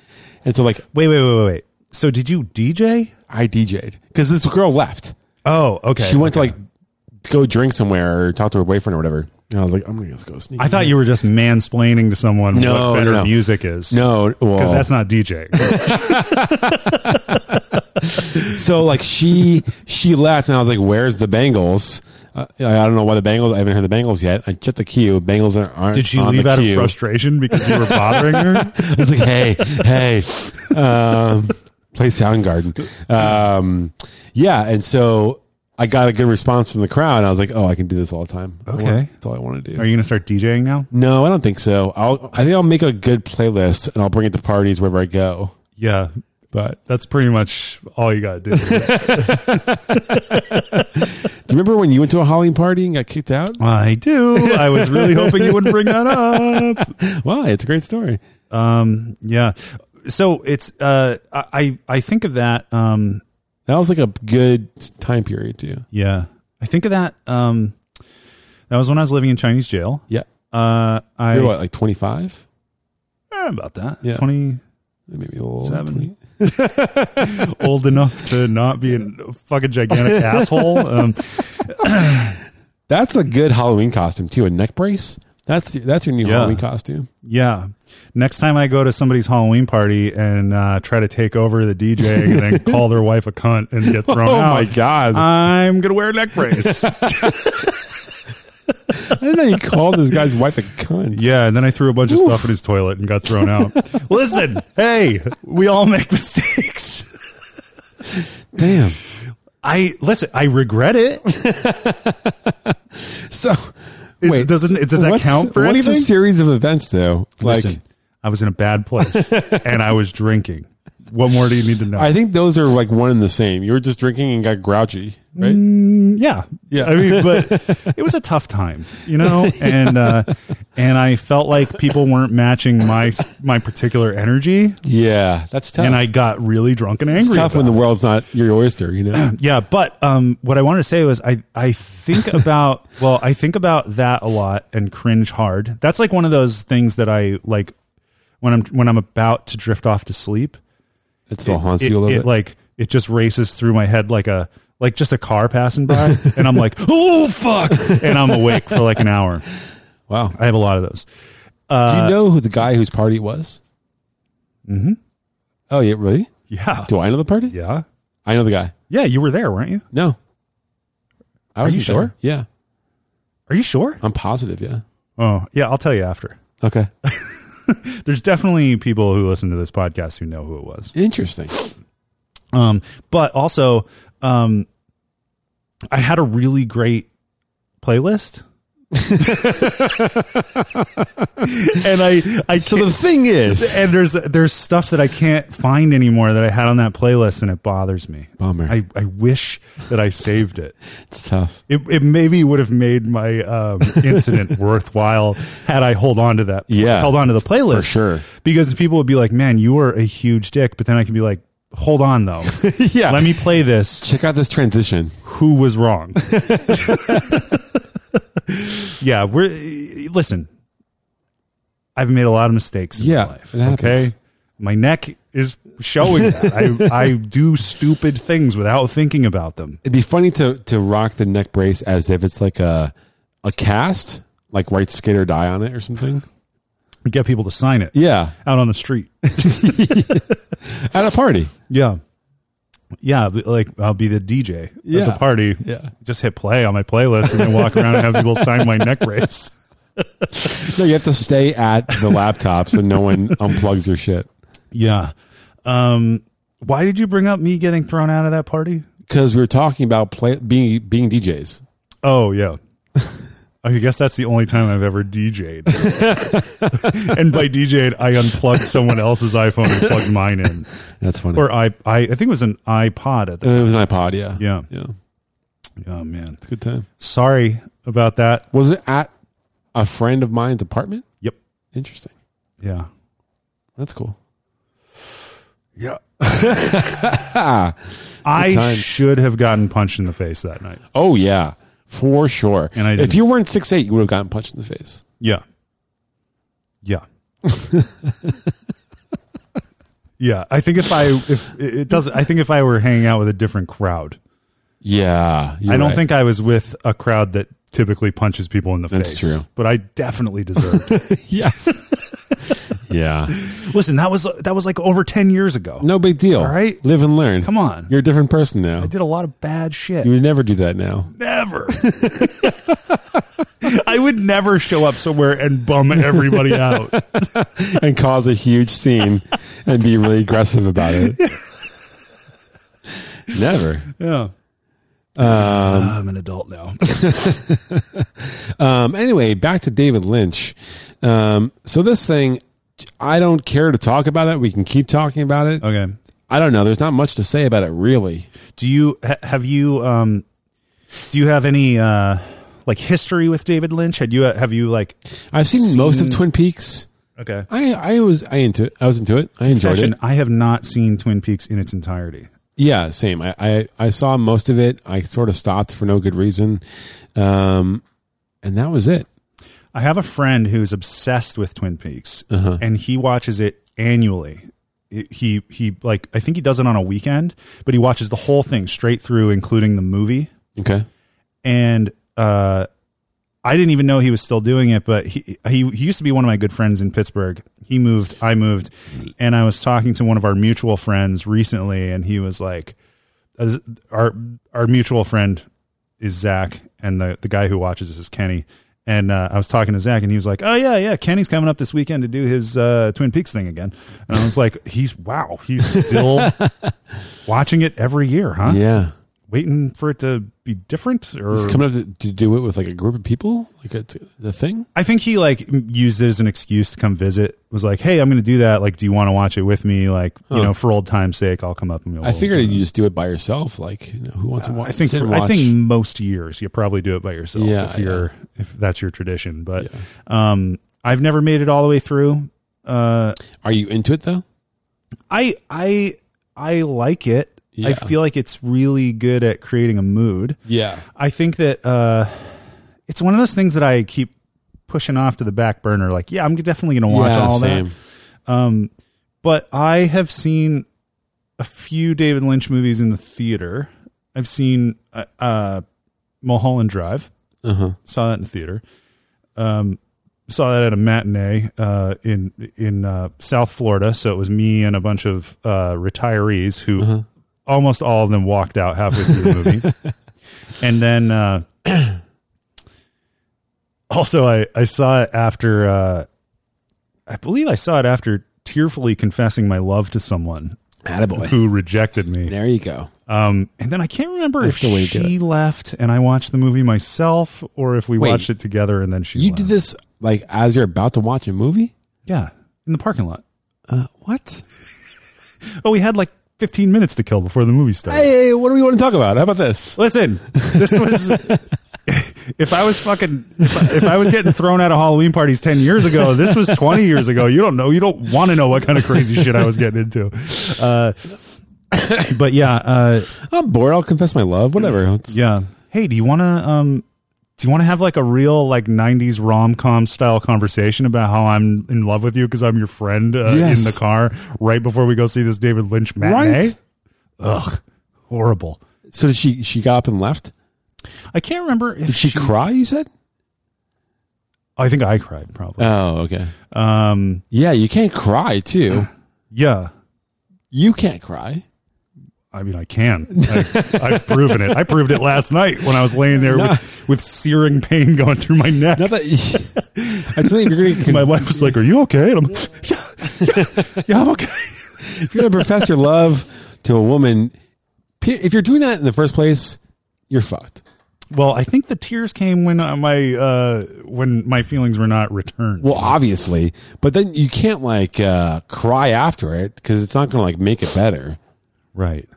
and so like
Wait, wait, wait, wait, wait. So did you DJ?
i dj'd because this girl left
Oh, okay.
she went
okay.
to like go drink somewhere or talk to her boyfriend or whatever and i was like i'm gonna just go sneak
I thought you were just mansplaining to someone
No,
what better
no, no.
music is.
no well,
Because that's not DJ.
so like she she left and i was like where's the bangles uh, i don't know why the bangles i haven't heard the bangles yet i checked the queue bangles aren't, aren't
Did she
on
leave
the
out of
queue.
frustration because you were bothering her?
It's like, hey, hey, um, play Soundgarden. Um, yeah, and so I got a good response from the crowd. I was like, oh, I can do this all the time. I
Okay.
want- that's all I want to do.
Are you going to start DJing now?
no, I don't think so. I'll, I think I'll make a good playlist and I'll bring it to parties wherever I go.
Yeah.
But
That's pretty much all you got to do.
do you remember when you went to a Halloween party and got kicked out?
I do. I was really hoping you wouldn't bring that up.
Why? It's a great story.
Um, yeah. So it's uh, I I I think of that. Um,
That was like a good time period too.
yeah, I think of that. Um, that was when I was living in Chinese jail.
Yeah.
Uh, I
You're what, like 25?
Eh, about that
Yeah.
twenty
Maybe a little.
Seven.
20.
old enough to not be a fucking gigantic asshole. Um,
That's a good Halloween costume too. A neck brace. That's that's your new
Yeah.
Halloween costume.
yeah. Next time I go to somebody's Halloween party and uh, try to take over the DJ and then call their wife a cunt and get thrown
Oh
out.
my God.
I'm gonna wear a neck brace.
I didn't know you called this guy's wife a cunt.
Yeah, and then I threw a bunch of stuff in his toilet and got thrown out. Listen, hey, we all make mistakes.
Damn.
I listen. I regret it.
So
Is-
wait,
doesn't it? Does that
what's-
count for
what's
anything?
the series of events though? Like
listen, I was in a bad place and I was drinking. What more do you need to know?
I think those are like one and the same. You were just drinking and got grouchy, right?
Mm. yeah,
Yeah.
I mean, but it was a tough time, you know, and uh, and I felt like people weren't matching my my particular energy,
Yeah, that's tough.
and I got really drunk and angry.
it's tough
about
when
it.
the world's not your oyster, you know.
yeah but um what i wanted to say was i i think about well i think about that a lot and cringe hard that's like one of those things that i like when i'm when i'm about to drift off to sleep
It still haunts
it,
you a little
it,
bit.
like it just races through my head like a like just a car passing by and i'm like oh fuck and i'm awake for like an hour
wow.
i have a lot of those uh,
Do you know who the guy whose party it was? Mm-hmm. Oh yeah, really?
yeah
Do I know the party?
yeah
I know the guy.
yeah you were there weren't you
No. I was
you sure?
Yeah.
are you sure
I'm positive, yeah.
oh yeah i'll tell you after
Okay.
there's definitely people who listen to this podcast who know who it was
Interesting.
Um, but also, um, I had a really great playlist. and I, I
So the
can't-
thing is,
and there's there's stuff that I can't find anymore that I had on that playlist, and it bothers me.
Bummer.
I, I wish that I saved it.
it's tough.
It, it maybe would have made my um, incident worthwhile had I hold on to that.
Yeah.
held on to the playlist
For sure.
Because people would be like, "Man, you were a huge dick," but then I can be like, "Hold on, though.
Yeah.
Let me play this
check out this transition.
who was wrong. yeah, we're listen. I've made a lot of mistakes in
Yeah,
my life.
it happens.
Okay. My neck is showing that. I, I do stupid things without thinking about them.
It'd be funny to to rock the neck brace as if it's like a a cast, like write skate or die on it or something.
Get people to sign it
Yeah.
out on the street.
At a party.
Yeah. Yeah, but, like I'll be the DJ at
Yeah.
the party.
Yeah.
Just hit play on my playlist and then walk around and have people sign my neck brace.
No, you have to stay at the laptop so no one unplugs your shit.
Yeah. Um why did you bring up me getting thrown out of that party?
Because we were talking about play, being being DJs.
Oh yeah. I guess that's the only time I've ever DJ'd. and by DJ'd, I unplugged someone else's iPhone and plugged mine in,
That's funny.
or I, I, I think it was an iPod at the
it was an iPod, yeah.
Yeah.
Yeah.
Oh man,
Good time.
sorry about that.
Was it at a friend of mine's apartment?
Yep.
Interesting.
Yeah.
That's cool.
Yeah. I
times.
should have gotten punched in the face that night.
Oh yeah, for sure.
And I
if
didn't.
you weren't six eight, you would have gotten punched in the face.
Yeah. Yeah. yeah. I think if I if it it doesn't I think if I were hanging out with a different crowd.
Yeah, you're
I don't
right.
think I was with a crowd that typically punches people in the
That's
face.
true.
But I definitely deserved it.
Yes. yeah.
Listen, that was that was like over ten years ago.
No big deal.
All right.
Live and learn.
Come on.
You're a different person now.
I did a lot of bad shit.
You would never do that now.
never. I would never show up somewhere and bum everybody
Um,
out.
and cause a huge scene and be really aggressive about it. Never.
Yeah. I'm an adult now.
Um, anyway, back to David Lynch. Um, so this thing, I don't care to talk about it. We can keep talking about it.
okay.
I don't know. There's not much to say about it, really.
Do you ha- have you um do you have any uh like history with David Lynch? Had you have you like
I've seen, most of
Seen-
Twin Peaks.
okay?
I I was I into I was into it. I enjoyed it.
I have not seen Twin Peaks in its entirety.
Yeah, same. I, I I saw most of it. I sort of stopped for no good reason, um, and that was it.
I have a friend who's obsessed with Twin Peaks, and he watches it annually. It- he he like I think he does it on a weekend, but he watches the whole thing straight through, including the movie.
Okay.
and uh, I didn't even know he was still doing it. But he, he he used to be one of my good friends in Pittsburgh. He moved, I moved, and I was talking to one of our mutual friends recently, and he was like, as- "Our our mutual friend is Zach, and the the guy who watches this is Kenny." And uh, I was talking to Zach, and he was like, "Oh yeah, yeah, Kenny's coming up this weekend to do his uh, Twin Peaks thing again." And I was like, "He's wow, he's still watching it every year, huh?
Yeah.
Waiting for it to be different, or
He's coming up to, to do it with like a group of people, like a, the thing.
I think he like m- used it as an excuse to come visit. Was like, "Hey, I'm going to do that. Like, do you want to watch it with me? Like, you know, for old times' sake, I'll come up and we'll."
I figured you just do it by yourself. Like, you know, who wants to watch?
Oh. Uh, I think
sit and
for, I
watch?
think most years you probably do it by yourself
Yeah,
if you're if that's your tradition. But um, I've never made it all the way through. Uh,
Are you into it though?
I I I like it. I
Yeah.
feel like it's really good at creating a mood.
Yeah.
I think that uh, it's one of those things that I keep pushing off to the back burner. Like, yeah, I'm definitely going to watch all that. but I have seen a few David Lynch movies in the theater. I've seen uh, uh, Mulholland Drive.
Uh-huh.
Saw that in the theater. Um, saw that at a matinee uh, in in uh, South Florida. So it was me and a bunch of uh, retirees who almost all of them walked out halfway through the movie. and then uh, also I, I saw it after uh, I believe I saw it after tearfully confessing my love to someone
Attaboy.
who rejected me.
There you go.
Um, and then I can't remember
That's
if
the way to do
she left and I watched the movie myself or if we
Wait.
watched it together and then she
You
left.
did this like as you're about to watch a movie.
Yeah, in the parking lot.
Uh, what?
Oh, we had like 15 minutes to kill before the movie started.
Hey, what do we want to talk about? How about this?
Listen, this was if I was fucking if I, if I was getting thrown out of Halloween parties ten years ago, this was twenty years ago. You don't know. You don't want to know what kind of crazy shit I was getting into. Uh, but yeah, uh,
I'm bored. I'll confess my love. Whatever. It's-
yeah. Hey, do you want to um, do you want to have like a real like '90s rom com style conversation about how I'm in love with you because I'm your friend uh, in
Yes.
the car right before we go see this David Lynch matinee?
Right.
Ugh, horrible.
So did she she got up and left.
I can't remember if
Did she, cry? You said.
I think I cried probably.
Oh, okay.
Um,
Yeah, you can't cry too.
yeah.
you can't cry.
I mean, I can. I, I've proven it. I proved it last night when I was laying there with, with searing pain going through my neck.
Not that I think you're going
my wife was like, "Are you okay?" And I'm, "Yeah, yeah, yeah I'm okay."
if you're gonna profess your love to a woman, pe- if you're doing that in the first place, you're fucked.
Well, I think the tears came when uh, my uh, when my feelings were not returned.
Well, obviously, but then you can't like uh, cry after it because it's not gonna like make it better.
right.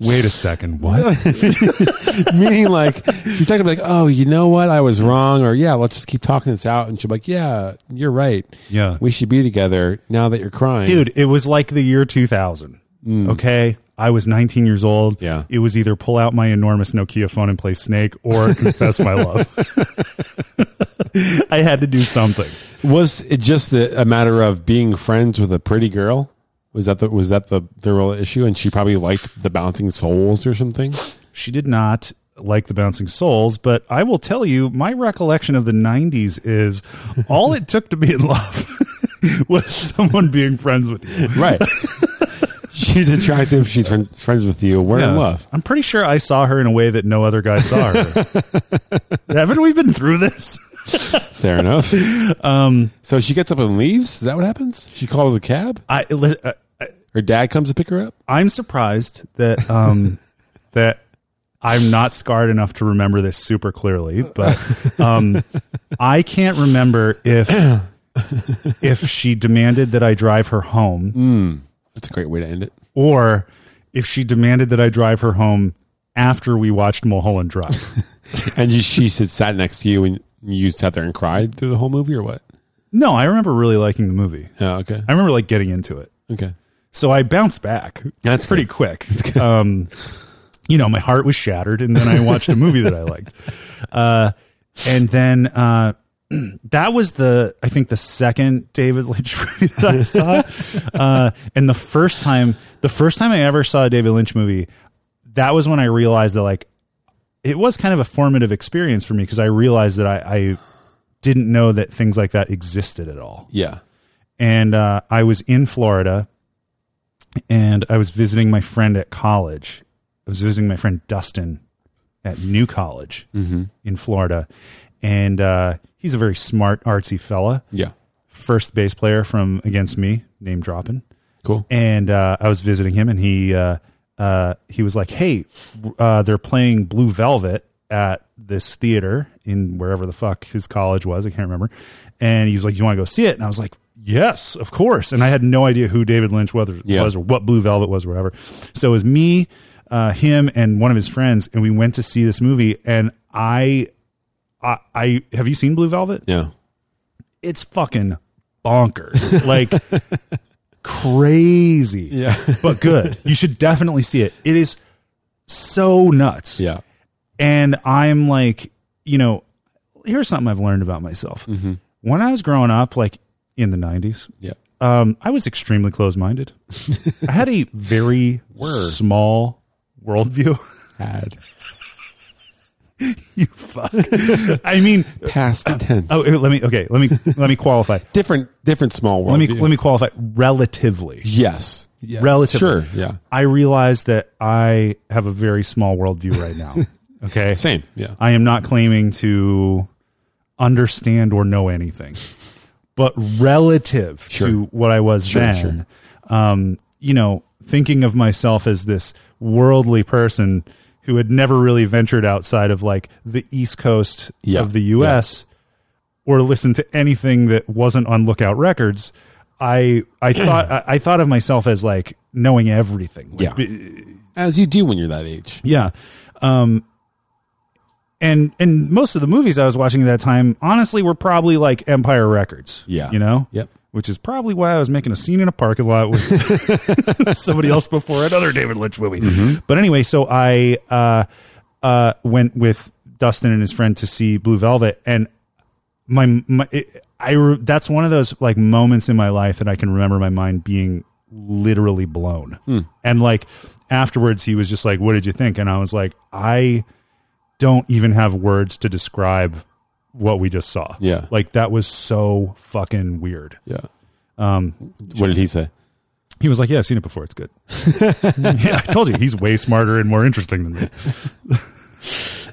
Wait a second. What?
Meaning, like, she's not gonna be like, oh, you know what? I was wrong. Or, yeah, let's just keep talking this out. And she'll be like, yeah, you're right.
Yeah.
We should be together now that you're crying.
Dude, it was like the year 2000. Okay. I was 19 years old.
Yeah.
It was either pull out my enormous Nokia phone and play Snake or confess my love. I had to do something.
Was it just a, a matter of being friends with a pretty girl? Was that the was that the, the real issue? And she probably liked the bouncing souls or something.
She did not like the Bouncing Souls, but I will tell you, my recollection of the 90s is all it took to be in love was someone being friends with you.
Right. she's attractive. She's friend, friends with you. We're in
Yeah.
love.
I'm pretty sure I saw her in a way that no other guy saw her. Haven't we been through this?
Fair enough.
Um,
so she gets up and leaves. Is that what happens? She calls a cab.
I, li- I-
Her dad comes to pick her up.
I'm surprised that um, that I'm not scarred enough to remember this super clearly, but um, I can't remember if if she demanded that I drive her home
That's a great way to end it.
or if she demanded that I drive her home after we watched Mulholland Drive.
And she, she sit- sat next to you and you sat there and cried through the whole movie or what?
no, I remember really liking the movie.
Oh, okay.
I remember like getting into it.
Okay.
So I bounced back.
That's
pretty
good.
quick. Um, you know, my heart was shattered, and then I watched a movie that I liked, uh, and then uh, that was the I think the second David Lynch movie that I saw, uh, and the first time the first time I ever saw a David Lynch movie, that was when I realized that like it was kind of a formative experience for me because I realized that I, I didn't know that things like that existed at all
Yeah.
and uh, I was in Florida, and I was visiting my friend at college. I was visiting my friend Dustin at New College in Florida, and uh, he's a very smart, artsy fella.
Yeah.
First bass player from Against Me, name dropping
Cool.
and uh, I was visiting him, and he uh, uh, he was like, "Hey, uh, they're playing Blue Velvet at this theater in wherever the fuck his college was. I can't remember." And he was like, "You want to go see it?" And I was like, "Yes, of course." And I had no idea who David Lynch was,
Yeah.
was or what Blue Velvet was, or whatever. So it was me, uh, him, and one of his friends, and we went to see this movie. And I, I, I have you seen Blue Velvet?
Yeah.
it's fucking bonkers. Like crazy.
Yeah.
but good. You should definitely see it. It is so nuts.
Yeah.
And I'm like, you know, here's something I've learned about myself.
Mm-hmm.
When I was growing up, like in the 90s,
Yeah.
um, I was extremely closed minded. I had a very small worldview.
Had
you fuck. I mean,
past tense.
oh, let me, okay, let me, let me qualify.
different, different small world.
Let me, let me qualify relatively.
Yes. yes.
relatively.
Sure. Yeah.
I realize that I have a very small worldview right now. Okay.
Same. Yeah.
I am not claiming to understand or know anything, but relative to what I was then, Um, you know, thinking of myself as this worldly person who had never really ventured outside of like the East Coast
Yeah.
of the U.S. or listened to anything that wasn't on Lookout Records. I I thought I, I thought of myself as like knowing everything, like,
Yeah. As you do when you're that age.
yeah. Um and and most of the movies I was watching at that time honestly were probably like Empire Records.
Yeah.
You know?
Yep.
Which is probably why I was making a scene in a parking lot with somebody else before another David Lynch movie.
Mm-hmm.
But anyway, so I uh uh went with Dustin and his friend to see Blue Velvet and my, my it, I re- that's one of those like moments in my life that I can remember my mind being literally blown. And like afterwards he was just like what did you think? And I was like I don't even have words to describe what we just saw.
Yeah.
Like that was so fucking weird.
Yeah. Um, what did he say?
He was like, "Yeah, I've seen it before. It's good." yeah, I told you he's way smarter and more interesting than me.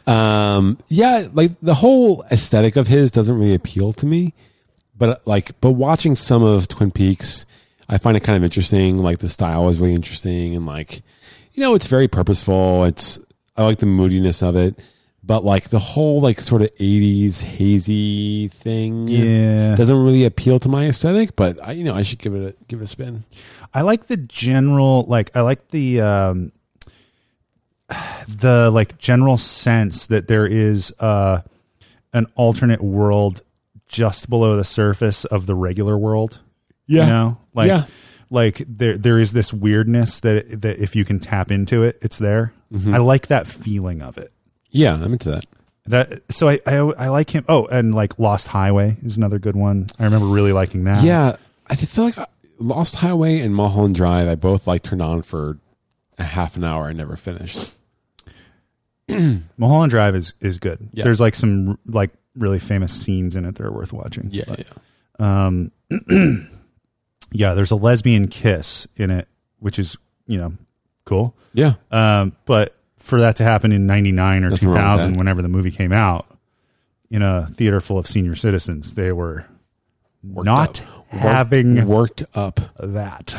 Um, yeah, like the whole aesthetic of his doesn't really appeal to me, but like, but watching some of Twin Peaks, I find it kind of interesting. Like the style is really interesting, and like, you know, it's very purposeful. It's I like the moodiness of it, but like the whole like sort of '80s hazy thing,
Yeah.
doesn't really appeal to my aesthetic. But I, you know, I should give it a, give it a spin.
I like the general like I like the um the like general sense that there is uh, an alternate world just below the surface of the regular world.
Yeah.
You know, like
Yeah.
like there there is this weirdness that that if you can tap into it, it's there.
Mm-hmm.
I like that feeling of it.
Yeah, I'm into that.
That so I, I I like him. Oh, and like Lost Highway is another good one. I remember really liking that.
yeah, I did feel like I- Lost Highway and Mulholland Drive. I both like turned on for a half an hour. I never finished.
Mulholland Drive is is good.
Yeah.
There's like some like really famous scenes in it that are worth watching. But,
yeah.
yeah. There's a lesbian kiss in it, which is you know cool.
Yeah.
Um, but for that to happen in '99 or
Nothing wrong with
2000,
that.
whenever the movie came out, in a theater full of senior citizens, they were not
up. Worked-
having
worked up.
that.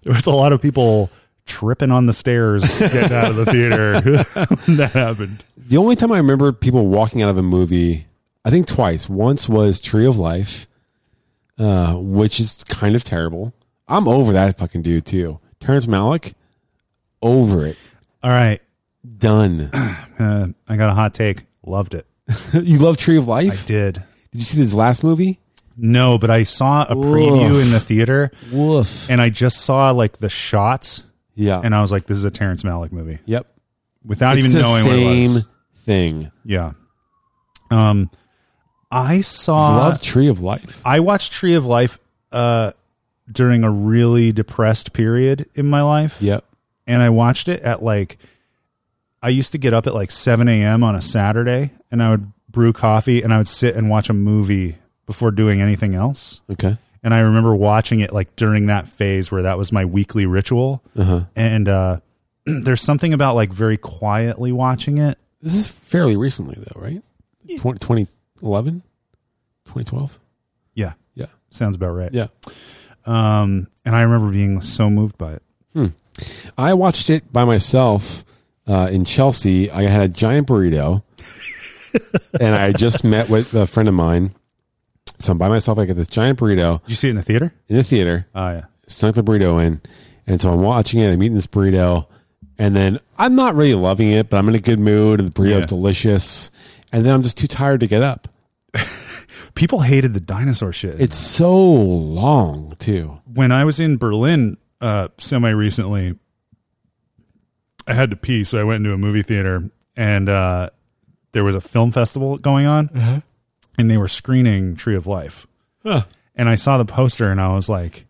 there was a lot of people tripping on the stairs getting out of the theater when that happened.
The only time I remember people walking out of a movie, I think twice. Once was Tree of Life, uh, which is kind of terrible. I'm over that fucking dude too. Terrence Malick, over it.
All right.
Done.
Uh, I got a hot take. Loved it.
you love Tree of
I
Life? Did.
did.
you see this last movie?
No, but I saw a preview
Oof.
in the theater
Woof.
and I just saw like the shots
Yeah.
and I was like, this is a Terrence Malick movie
yep.
without
It's
even
the
knowing what it
same
was.
thing.
Yeah. Um, I saw.
love Tree of Life.
I watched Tree of Life uh, during a really depressed period in my life.
Yep.
and I watched it at like I used to get up at like 7 a.m. on a Saturday and I would brew coffee and I would sit and watch a movie before doing anything else.
Okay.
And I remember watching it like during that phase where that was my weekly ritual. And uh, there's something about like very quietly watching it.
This is fairly recently though, right? 20, 2011? 2012?
Yeah,
Yeah.
sounds about right.
Yeah.
Um, and I remember being so moved by it.
I watched it by myself uh, in Chelsea. I had a giant burrito, and I had just met with a friend of mine. So I'm by myself. I get this giant burrito
Did you see it in the theater?
in the theater.
Oh, yeah.
Snuck the burrito in, and so I'm watching it. I'm eating this burrito, and then I'm not really loving it, but I'm in a good mood, and the burrito's
Yeah.
delicious. And then I'm just too tired to get up.
People hated the dinosaur shit.
It's so long too.
when I was in Berlin uh, semi recently, I had to pee, so I went into a movie theater, and uh, there was a film festival going on, and they were screening Tree of Life, and I saw the poster, and I was like.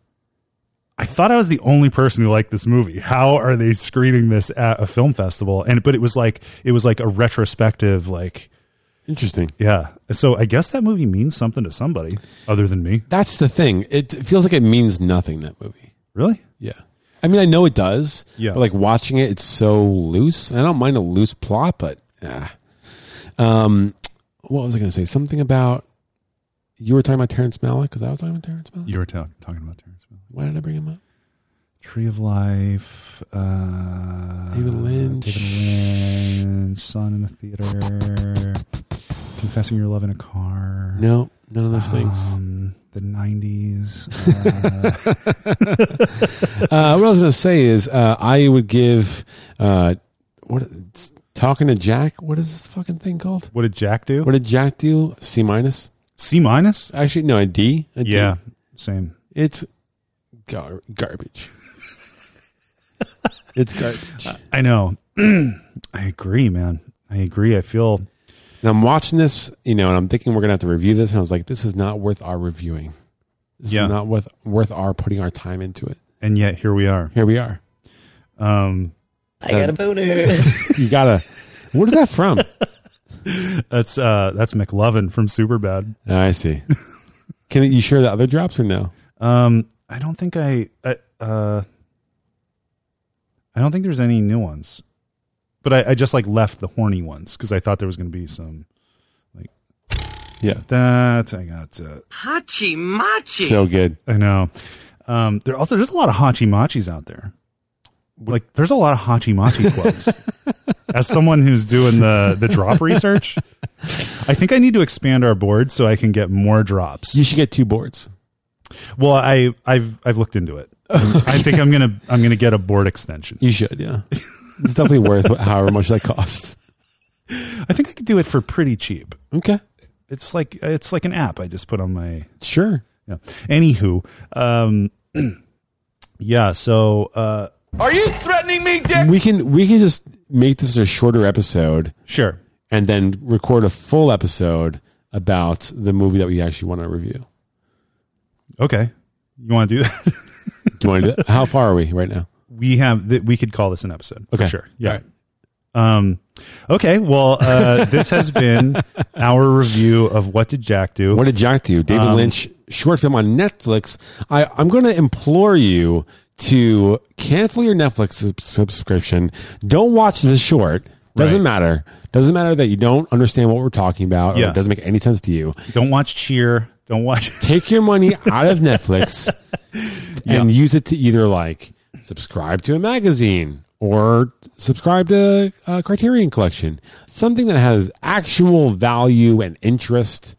I thought I was the only person who liked this movie. How are they screening this at a film festival? And but it was like it was like a retrospective, like
Interesting.
yeah. So I guess that movie means something to somebody other than me.
That's the thing. It feels like it means nothing. That movie.
Really?
Yeah. I mean, I know it does.
Yeah.
But like watching it, it's so loose. And I don't mind a loose plot, but ah. um, what was I going to say? Something about you were talking about Terrence Malick because I was talking about Terrence Malick.
You were ta- talking about Terrence Malick.
Why did I bring him up?
Tree of Life, uh,
David Lynch.
David Lynch, Son in the Theater, Confessing Your Love in a Car,
No, none of those things.
um, the '90s. Uh,
Uh, what I was going to say is uh, I would give uh, what it's- talking to Jack. What is this fucking thing called?
what did Jack do?
What did Jack do? C minus?
C minus?
Actually, no, a D. A D.
Yeah, same.
It's gar- garbage. it's garbage.
I know. I agree, man. I agree. I feel
And I'm watching this, you know, and I'm thinking we're gonna have to review this, and I was like, this is not worth our reviewing. This
Yeah.
is not worth worth our putting our time into it.
and yet here we are.
Here we are.
Um,
I got a boner.
You gotta. what is that from?
that's uh, that's McLovin from Superbad.
Ah, I see. Can you share the other drops or no?
Um, I don't think I, I uh, I don't think there's any new ones, but I, I just like left the horny ones because I thought there was going to be some
Yeah,
that I got. Uh,
so good.
I know. Um, there also there's a lot of hachi machis out there. Like there's a lot of hachi machi quotes. As someone who's doing the the drop research, I think I need to expand our board so I can get more drops.
You should get two boards.
Well, I I've I've looked into it. I think I'm gonna I'm gonna get a board extension.
You should. Yeah, It's definitely worth however much that costs.
I think I could do it for pretty cheap.
Okay.
It's like it's like an app I just put on my
Sure.
yeah. Anywho, um, yeah. So uh,
Are you threatening me, Dick?
We can we can just make this a shorter episode
sure,
and then record a full episode about the movie that we actually want to review.
okay. You want to do
Do
that?
you want to? how far are we right now?
we have that we could call this an episode
Okay.
for sure yeah
All
um okay well uh this has been our review of what did jack do
What did Jack do?
Um,
David Lynch short film on Netflix. I I'm going to implore you to cancel your Netflix sub- subscription. Don't watch this short. Doesn't
Right.
matter. Doesn't matter that you don't understand what we're talking about or
Yeah.
it doesn't make any sense to you.
don't watch cheer don't watch
take your money out of Netflix and use it to either like subscribe to a magazine or subscribe to a Criterion Collection, something that has actual value and interest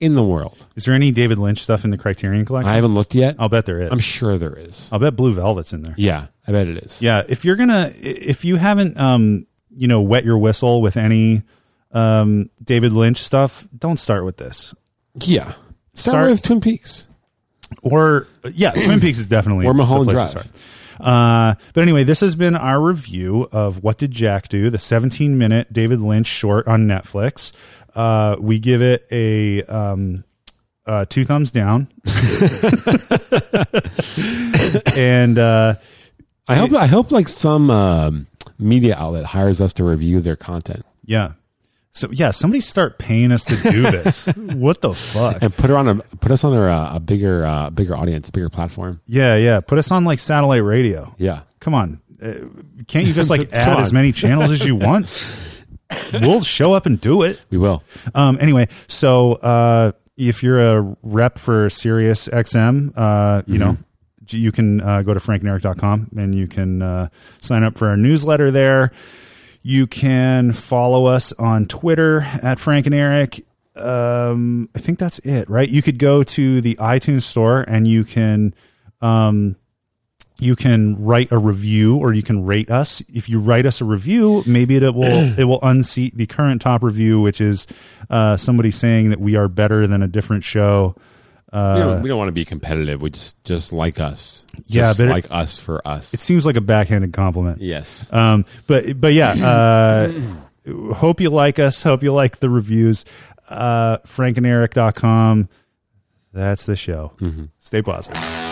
in the world.
is there any david lynch stuff in the criterion collection
I haven't looked yet.
i'll bet there is
I'm sure there is.
i'll bet blue velvet's in there
Yeah, I bet it is.
yeah if you're gonna if you haven't um you know wet your whistle with any um david lynch stuff don't start with this
yeah. Start,
Start-
with Twin Peaks.
or yeah, Twin Peaks is definitely
Or
the
Mulholland
place to
Drive.
start. Uh, but anyway, this has been our review of what did Jack do? The 17 minute David Lynch short on Netflix. Uh, we give it a um, uh, two thumbs down, and uh,
I hope. I hope like some um, media outlet hires us to review their content
yeah. So yeah, somebody start paying us to do this. what the fuck?
and put her on a put us on their, uh, a bigger uh, bigger audience, bigger platform.
Yeah, yeah. Put us on like satellite radio.
Yeah.
come on uh, can't you just like
Come
add
on.
as many channels as you want we'll show up and do it
We will.
um anyway so uh if you're a rep for Sirius XM, uh, you know,
Mm-hmm.
you can uh, go to franknerick.com and you can uh, sign up for our newsletter there. You can follow us on Twitter at Frank and Eric. Um, I think that's it, right? You could go to the iTunes store and you can um, you can write a review or you can rate us. If you write us a review, maybe it will it will unseat the current top review, which is uh, somebody saying that we are better than a different show.
we,
Uh,
don't, we don't want to be competitive. We just just like us.
Yeah,
just
but it-
like us for us.
it seems like a backhanded compliment.
yes.
Um, but but yeah, uh, hope you like us. Hope you like the reviews. Uh, frankanderic.com. That's the show. Stay positive.